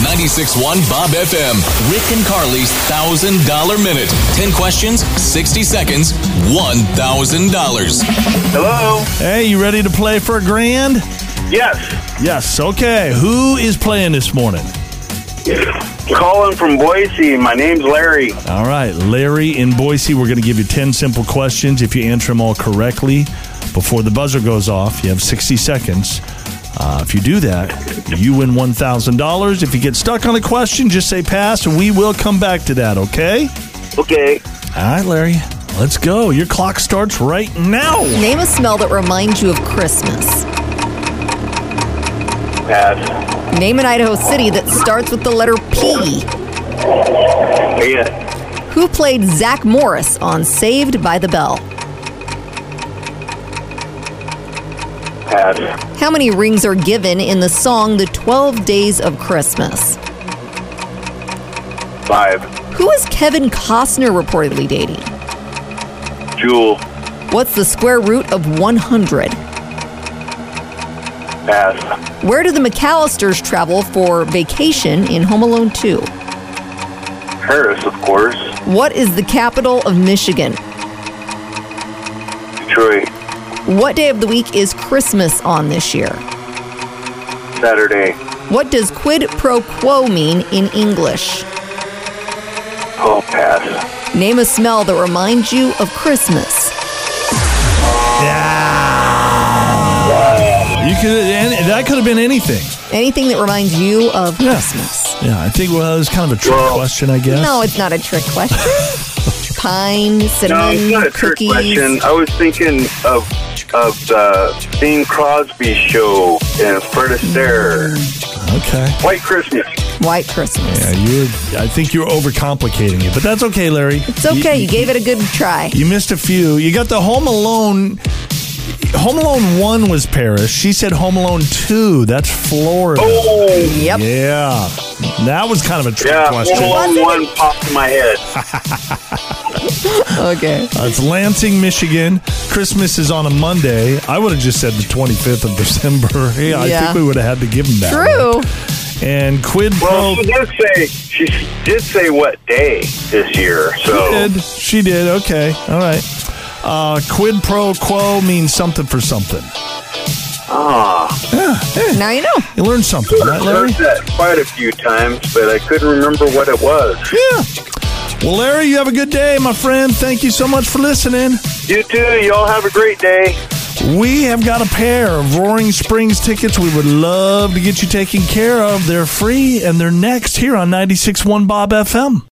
96.1 Bob FM. Rick and Carly's $1,000 minute. 10 questions, 60 seconds, $1,000. Hello? Hey, you ready to play for a grand? Yes. Yes. Okay. Who is playing this morning? Calling from Boise. My name's Larry. All right, Larry in Boise. We're going to give you 10 simple questions. If you answer them all correctly before the buzzer goes off, you have 60 seconds. Uh, if you do that, you win $1,000. If you get stuck on a question, just say pass, and we will come back to that, okay? Okay. All right, Larry, let's go. Your clock starts right now. Name a smell that reminds you of Christmas. Pass. Name an Idaho city that starts with the letter P. Yeah. Who played Zach Morris on Saved by the Bell? Pass. How many rings are given in the song The 12 Days of Christmas? Five. Who is Kevin Costner reportedly dating? Jewel. What's the square root of 100? Pass. Where do the McAllisters travel for vacation in Home Alone 2? Harris, of course. What is the capital of Michigan? Detroit. What day of the week is Christmas on this year? Saturday. What does quid pro quo mean in English? Oh, pass. Name a smell that reminds you of Christmas. You could, and that could have been anything. Anything that reminds you of Yeah. Christmas. Yeah, I think well, it was kind of a trick Well- question, I guess. No, it's not a trick question. Pine, No, cinnamon, it's not a trick cookies. question. I was thinking of of the Bing Crosby show and Fred Astaire. Okay. White Christmas. White Christmas. Yeah, you're. I think you're overcomplicating it, but that's okay, Larry. It's okay. You gave it a good try. You missed a few. You got the Home Alone. Home Alone 1 was Paris. She said Home Alone 2. That's Florida. Oh. Yep. Yeah. That was kind of a trick Yeah, question. Home Alone one popped in my head. Okay. Uh, it's Lansing, Michigan. Christmas is on a Monday. I would have just said the 25th of December. yeah, I Yeah. think we would have had to give him that. True. one. And quid pro Well, she did say she did say what day this year. So She did. She did. Okay. All right. Uh, quid pro quo means something for something. ah, Now you know. You learn something, right, I've heard Larry? that quite a few times, but I couldn't remember what it was. Yeah. Well, Larry, you have a good day, my friend. Thank you so much for listening. You too. Y'all have a great day. We have got a pair of Roaring Springs tickets we would love to get you taken care of. They're free and they're next here on 96.1 Bob FM.